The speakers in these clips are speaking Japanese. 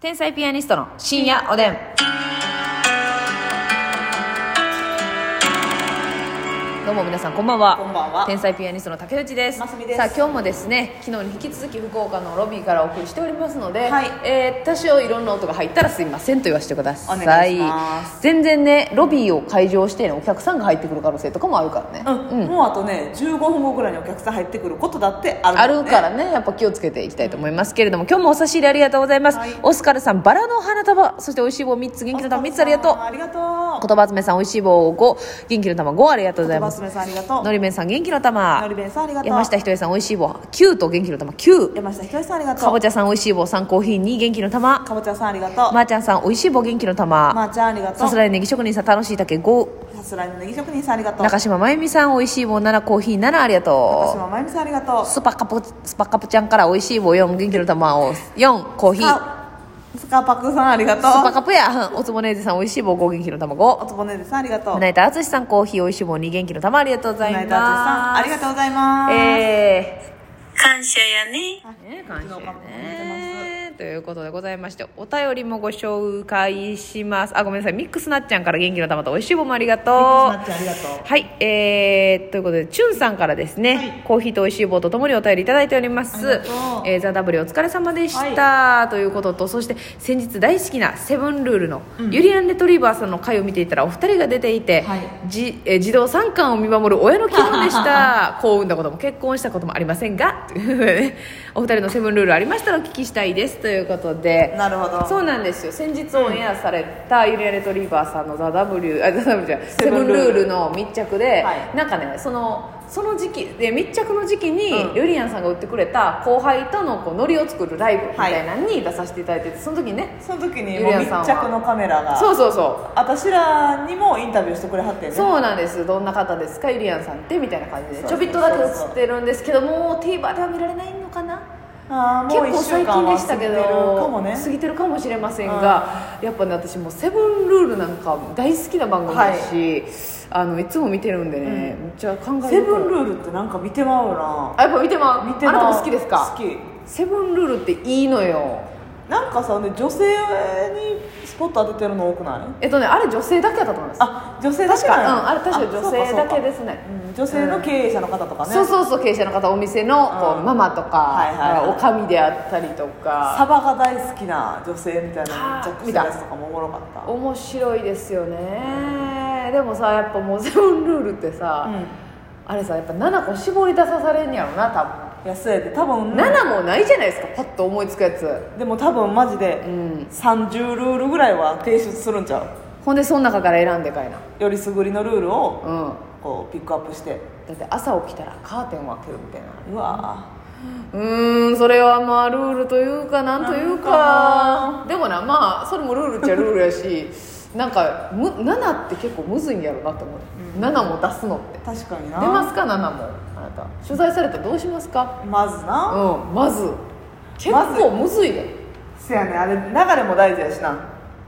天才ピアニストの深夜おでん。どうも皆さんこんばんは。こんばんは天才ピアニストの竹内です。ますみですさあ今日もですね、昨日に引き続き福岡のロビーからお送りしておりますので、はいえー多少いろんな音が入ったらすいませんと言わせてください。お願いします全然ね、ロビーを会場してね、お客さんが入ってくる可能性とかもあるからね。うん、もうあとね15分後ぐらいにお客さん入ってくることだってあるあるからねやっぱ気をつけていきたいと思いますけれども今日もお差し入れありがとうございます、はいオスカルさんバラの花束そして美味しい棒3つ元気の玉3つありがとうありがと言葉集めさん美味しい棒5元気の玉5ありがとうごうざい言ま葉すすめさんありがとうのりめんさん元気の玉のり弁さんありがとう山下ひとえさん美味しい棒9と元気の玉9山下ひとりさんありがとうかぼちゃさん美味しい棒3コーヒー2元気の玉かぼちゃさんありがとうまーちゃんさん美味しい棒元気の玉まーちゃんありがとさうすらいネギ職人さん楽しい竹5さすらいのネギ職人さんありがとう中島まゆみさん美味しい棒7コーヒー7ありがとう中島まゆみさんありがとうスパカプスパカプちゃんから美味しい棒4元気の玉を4コーヒースあスカパクさんありがとパうカプやうんおつぼねーぜさん美味しい棒5元気の玉5おつぼねでさんありがとう船井田敦さんコーヒー美味しい棒2元気の玉ありがとうございま船す井達さんありがとうございますえ感謝やね。ーね感謝昨日からもねということでございましてお便りもご紹介しますあごめんなさいミックスなっちゃんから元気の玉と美味しい棒もありがとうミックスナッツありがとうはい、えー、ということで、チュンさんからですね、はいコーヒーと美味しい棒とともにお便りいただいております。ありがとうえー、ザ・ W お疲れ様でした、ということと、そして先日大好きなセブンルールの、ユリアン・レトリーバーさんの回を見ていたら、お二人が出ていて、はいじえー児童三冠を見守る親の気分でした。 幸運なことも結婚したこともありませんが、ということでねお二人のセブンルールありましたらお聞きしたいです。ということで、なるほどそうなんですよ先日オンエアされたユリア・レトリーバーさんの「ザ・ w あザ・ w じゃない セブンブンルルールールの密着で、はいなんかねそのその時期で密着の時期に、うんユリアンさんが売ってくれた後輩とのこうノリを作るライブみたいなのに出させていただいててその時にねその時にゆもりやうん密さんは着のカメラがそうそうそう私らにもインタビューしてくれはってねそうなんですどんな方ですかユリアンさんってみたいな感じでそうちそょうびっとだけ映ってるんですけどもう TVer では見られないのかなあー結もう一構週最間近はでした過ぎけてどるかもね過ぎてるかもしれませんが、やっぱね私もう「セブンルール」なんか大好きな番組だし、い、あのいつも見てるんでね、めっちゃ考えセブンルルールってなんか見てまうなあやっぱ見てまう見てまうあなたも好きですか好きセブンルールっていいのよなんかさね女性にスポット当ててるの多くないえっとねあれ女性だけだったと思いますあ女性だけ確かなんやうんあれ確かに女性だけですねあそうかそうかうん女性の経営者の方とかねそうそうそう経営者の方お店のこう、うんママとか、はいはいはいおかみであったりとかサバが大好きな女性みたいな密着してるやつとかもおもろかった面白いですよね、でもさやっぱもうセブンルールってさ、うんあれさやっぱ7個絞り出さされんやろな多いやそうやで多分、分7もないじゃないですかパッと思いつくやつでも多分マジでん30ルールぐらいは提出するんちゃほんでその中から選んでかいなうよりすぐりのルールをうんこうピックアップしてだって朝起きたらカーテンを開けるみたいなうわうーんそれはまあルールというかなんというかでもなまあそれもルールっちゃルールやしなんかむ7って結構むずいんやろなと思う、7も出すのってー確かにな出ますか7もあなた取材されたらどうしますかまずな、うんまず結まず構むずいねせやねあれ流れも大事やしな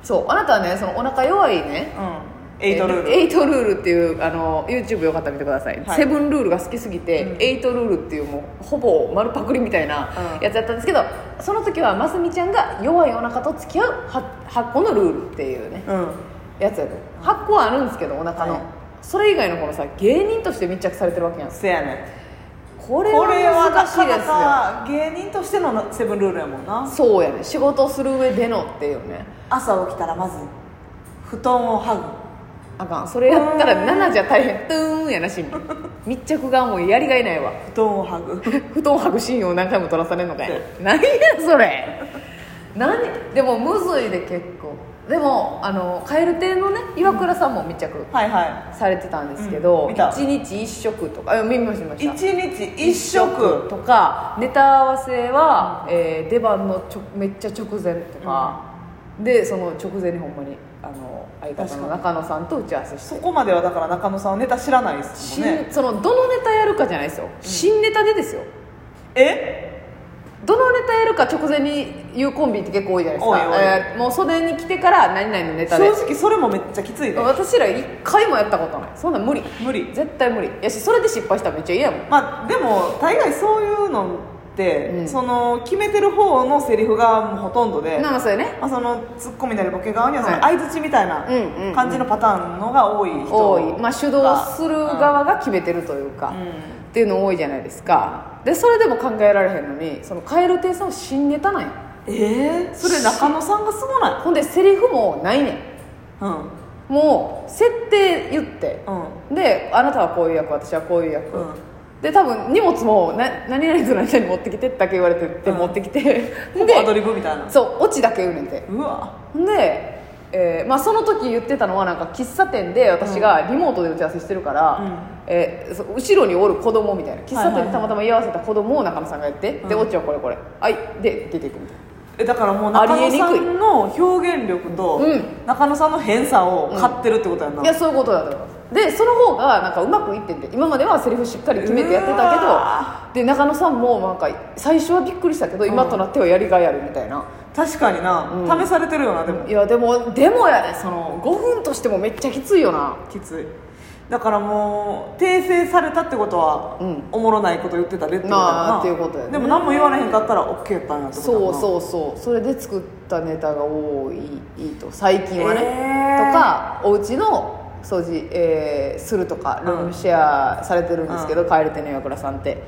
そうあなたはねそのお腹弱いねうんエイトルール、エイトルールっていうあの YouTube よかったら見てください、はいセブンルールが好きすぎて、エイトルールっていうもうほぼ丸パクリみたいなうんやつやったんですけど、その時はますみちゃんが弱いお腹と付き合う 8, 個のルールっていうねうんやつやで8個はあるんですけどお腹の、はいそれ以外のこのさ芸人として密着されてるわけやんせやねこれこはれはな難しいかでなすよか芸人としてのセブンルールやもんなそうやね仕事をする上でのっていうね朝起きたらまず布団をはぐあかんそれやったら7じゃ大変トゥーンやなし密着がもうやりがいないわ布団をはぐ布団履くシーンを何回も撮らされるのかいそう何やそれ 何でもむずいで結構でもあの蛙亭のね岩倉さんも密着 はいはされてたんですけど、うん見た一日一食とかあ見ました見まいした一日一食とかネタ合わせは、えー出番のちょめっちゃ直前とか、でその直前にほんまにあの相方の中野さんと打ち合わせしてそこまではだから中野さんはネタ知らないです新もんねそのどのネタやるかじゃないですよ、新ネタでですよえどのネタやるか直前に言うコンビって結構多いじゃないですか多い多いえーもう袖に来てから何々のネタで正直それもめっちゃきついね私ら一回もやったことないそんなん無理無理絶対無理やしそれで失敗したらめっちゃ嫌やもんまあでも大概そういうのって、うんその決めてる方のセリフがもうほとんどで、なんかそうやねまあ、そのツッコミなりボケ側にはそのは相づちみたいなうんうん感じのパターンのが多い人多い、まあ、主導する側が決めてるというか、うんっていうの多いじゃないですかでそれでも考えられへんのにその蛙亭さんは新ネタなんやえー、それ中野さんがすごないほんでセリフもないねうんんもう設定言って、うんであなたはこういう役私はこういう役、うんで多分荷物もな何々と何々持ってきてってだけ言われてってうん持ってき て、ほぼアドでリブみたいなそうオチだけ言うねんてうわほんで、えーまあ、その時言ってたのはなんか喫茶店で私がリモートで打ち合わせしてるから、うんえーそ後ろにおる子供みたいな喫茶はい店はいはでいたまたま居合わせた子供を中野さんがやって、でうんオチはこれこれはいで出ていくみたいなえだからもう中野さありえにくんの表現力とうん中野さんの変さを買ってるってことやな、いやそういうことだと思いますでその方がなんかうまくいってんで今まではセリフしっかり決めてやってたけうどわで中野さんもなんか最初はびっくりしたけど今となってはやりがいあるみたいな、確かにな、うん試されてるよなでもいやでもでもやねその5分としてもめっちゃきついよなきついだからもう訂正されたってことは、うんおもろないこと言ってたでってことやまなあっていうことやねでも何も言われへんかったら OK やったんやってことそやううそうそうそれで作ったネタが多いいいと最近はね、えーとかお家の掃除、えーするとかルームシェアされてるんですけど、帰れてね岩倉さんって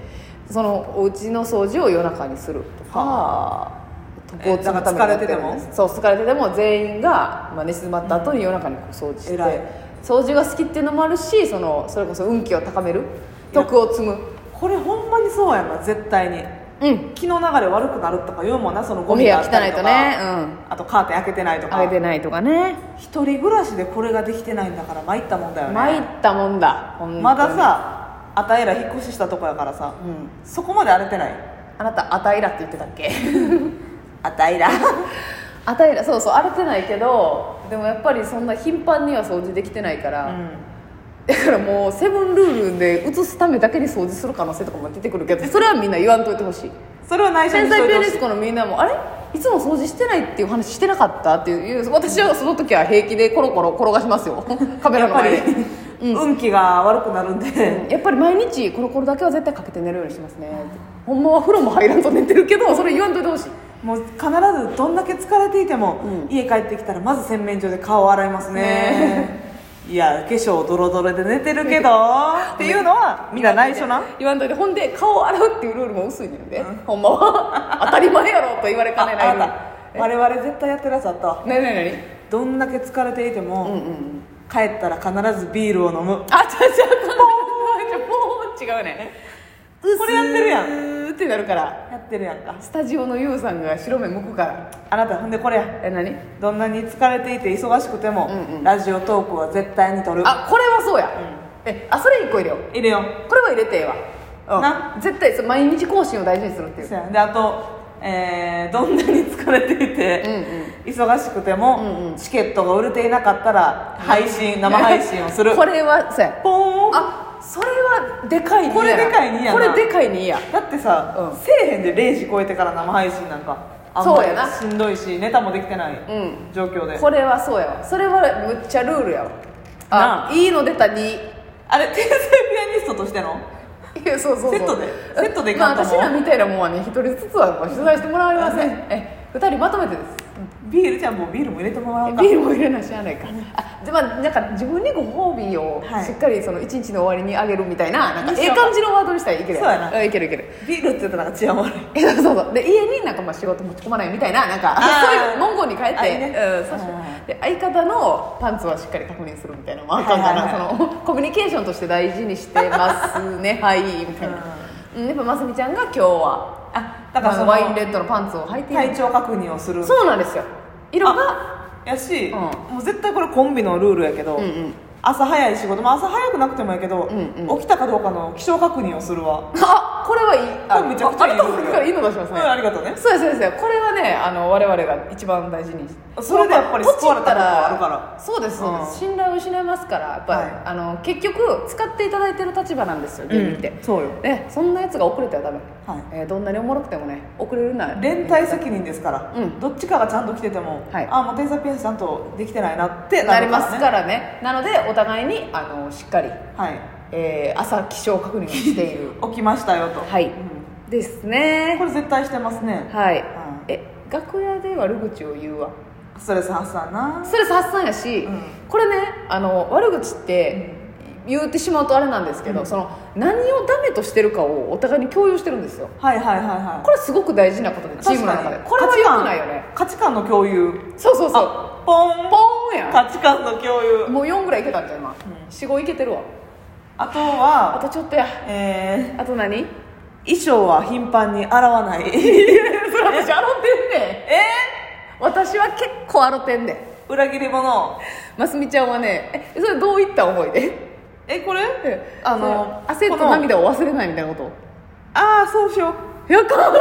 そのお家の掃除を夜中にするとかを積むためにやえるんですそう疲れてても全員が、まあ、寝静まった後に夜中にこう掃除して、偉い掃除が好きっていうのもあるしそのそれこそ運気を高める徳を積むこれほんまにそうやな絶対にうん気の流れ悪くなるとか言うもんなそのゴお部ミ屋汚があったいりととかねうんあとカーテン開けてないとかあげてないとかね一人暮らしでこれができてないんだから参ったもんだよね参ったもんだほんとにまださあたえら引っ越ししたとこやからさ、うんそこまで荒れてないあなたあたいらって言ってたっけあたいら あたいらそうそう荒れてないけどでもやっぱりそんな頻繁には掃除できてないから、だからもうセブンルールで移すためだけに掃除する可能性とかも出てくるけどそれはみんな言わんといてほ しいそれは内緒天にしと才ピいてアほニしいスコのみんなもあれいつも掃除してないっていう話してなかったっていう私はその時は平気でコロコロ転がします よカメラやっのぱ前りで、運気が悪くなるんで、やっぱり毎日コロコロだけは絶対かけて寝るようにしてますねほんまは風呂も入らんと寝てるけどそれ言わんといてほしいもう必ずどんだけ疲れていても、家帰ってきたらまず洗面所で顔を洗いますね いや化粧ドロドロで寝てる けどっていうのはみんな内緒な言わんといてほんで顔を洗うっていうルールも薄いねんで、ほんまは当たり前やろと言われかねないあルールなた我々絶対やってるやつあったわ何何何どんだけ疲れていても、うんうん帰ったら必ずビールを飲むあ違う違うポーン違うねこれやってるやんんってなるからやってるやんかスタジオのユウさんが白目向くからあなたほんでこれやえ何どんなに疲れていて忙しくても、うんうんラジオトークは絶対に撮るあこれはそうや、えあそれ一個入れよういるよこれは入れてええわ、うん、な絶対そう毎日更新を大事にするっていうそうやであと、えーどんなに疲れていて、忙しくても、チケットが売れていなかったら配信、生配信をするこれはそうやポーンあそれはでかいにやこれでかいにやなこれでかいにやだってさ、うんせえへんで0時超えてから生配信なんかあんまそうやなしんどいしネタもできてないん状況で、これはそうやわそれはむっちゃルールやわなああいいの出た2あれ天才ピアニストとしてのいやそうそうそうセットでセットでいまあかんと私思うらみたいなもんはね一人ずつは取材してもらえませんえ二人まとめてですビールじゃんもうビールも入れてもらおうかビールも入れないしゃあないかあでまあなんか自分にご褒美をはいしっかりその一日の終わりにあげるみたいななんかいえいえっしょ感じのワードにしたらいけるそうやなんいけるいけるビールって言ったらなんか治安悪いえそうそうそうで家になんかまあ仕事持ち込まないみたいななんかあーそういう文言に変えあいいて、ねうんそうしようで相方のパンツはしっかり確認するみたいなのもあかんかはいはいなそのコミュニケーションとして大事にしてますねはいみたいな、うん、やっぱますみちゃんが今日はあだだかかららそのワインレッドのパンツを履いてい体る調確認をするそうなんですよ色があやし、うんもう絶対これコンビのルールやけど、うんうん朝早い仕事、まあ、朝早くなくてもやけど、ん起きたかどうかの気象確認をするわあこれはいいあこれめちゃくちゃいいああなたもさっきからいいの出しますうんね、ありがとうねそうですそうですこれはねあの我々が一番大事にそれでやっぱり救われたことがあるからそうですそうです、信頼を失いますからやっぱり、はいあの結局使っていただいてる立場なんですよ芸人って、うんそうよね、そんなやつが遅れてはダメ、はいえーどんなにおもろくてもね遅れるなら連帯責任ですから、うんどっちかがちゃんと来てても、はいああもう天才ピアニストちゃんとできてないなってななりるから、ね、ますからねなのでお互いにあのしっかり、はいえー朝起床確認をしている 起きましたよとはい、んですねこれ絶対してますね、はい、んえ楽屋で悪口を言うわストレス発散なストレス発散やし、うんこれねあの悪口って言ってしまうとあれなんですけど、うんその何をダメとしてるかをお互いに共有してるんですよはいはいはいはいこれすごく大事なことでチームの中でこれは良くないよね価値観価値観の共有そうそうそうあポンポーンや価値観の共ん有もう4ぐらいいけたんじゃん今、ん45いけてるわあとあはとちょっとやえあと何ー、衣装は頻繁に洗わないそれ私洗ってんねんえ私は結構洗ってんねんー、裏切り者ますみちゃんはねえそれどういった思いでえこれえあのそれ汗ことの涙を忘れないみたいなことああそうしよういやかん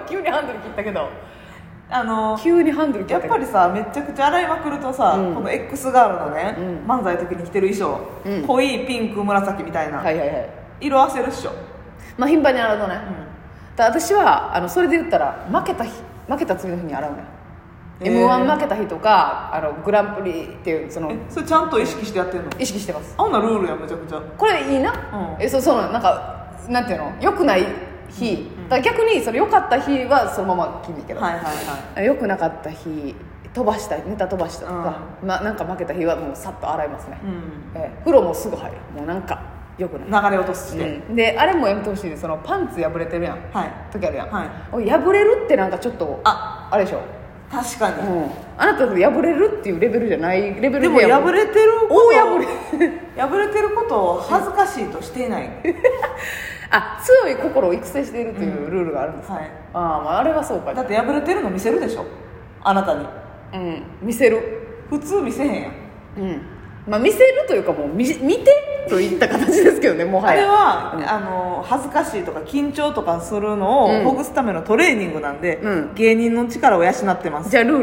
今急にハンドル切ったけどあの急にハンドル切やっったけどぱりさめちゃくちゃ洗いまくるとさ、うんこの X ガールのね、うん漫才の時に着てる衣装、うん濃いピンク紫みたいな、はいはいはい色褪せるっしょ、まあ頻繁に洗うとね、だ私はあのそれで言ったら負けた日負けた次の日に洗うねへー m 1負けた日とかあのグランプリっていうそのえそれちゃんと意識してやってんの意識してますあんなルールやんめちゃくちゃこれいいな、うんえそうそうなんかなんていうの良くない日、だから逆にその良かった日はそのまま切るけど、はいはいは良くなかった日飛ばしたネタ飛ばしたとか、まあ、なんか負けた日はもうさっと洗いますね、い、うん、えー風呂もすぐ入るもうなんか良くない流れ落として、うんであれもやめてほしいですそのパンツ破れてるやんはい時あるやん、はいお破れるってなんかちょっとあああれでしょ、確かうに、ん、あなたと破れるっていうレベルじゃないレベルでも破れれてること大破れ 破れてることを恥ずかしいとしていない、あ強い心を育成しているというルールがあるんですか、はい、ああまああれはそうかだって破れてるの見せるでしょあなたにうん見せる普通見せへんやん、うんまあ見せるというかもう見見てといった形ですけどねもはあれやは、うんあの恥ずかしいとか緊張とかするのをうんほぐすためのトレーニングなんで、うん芸人の力を養ってますじゃあルー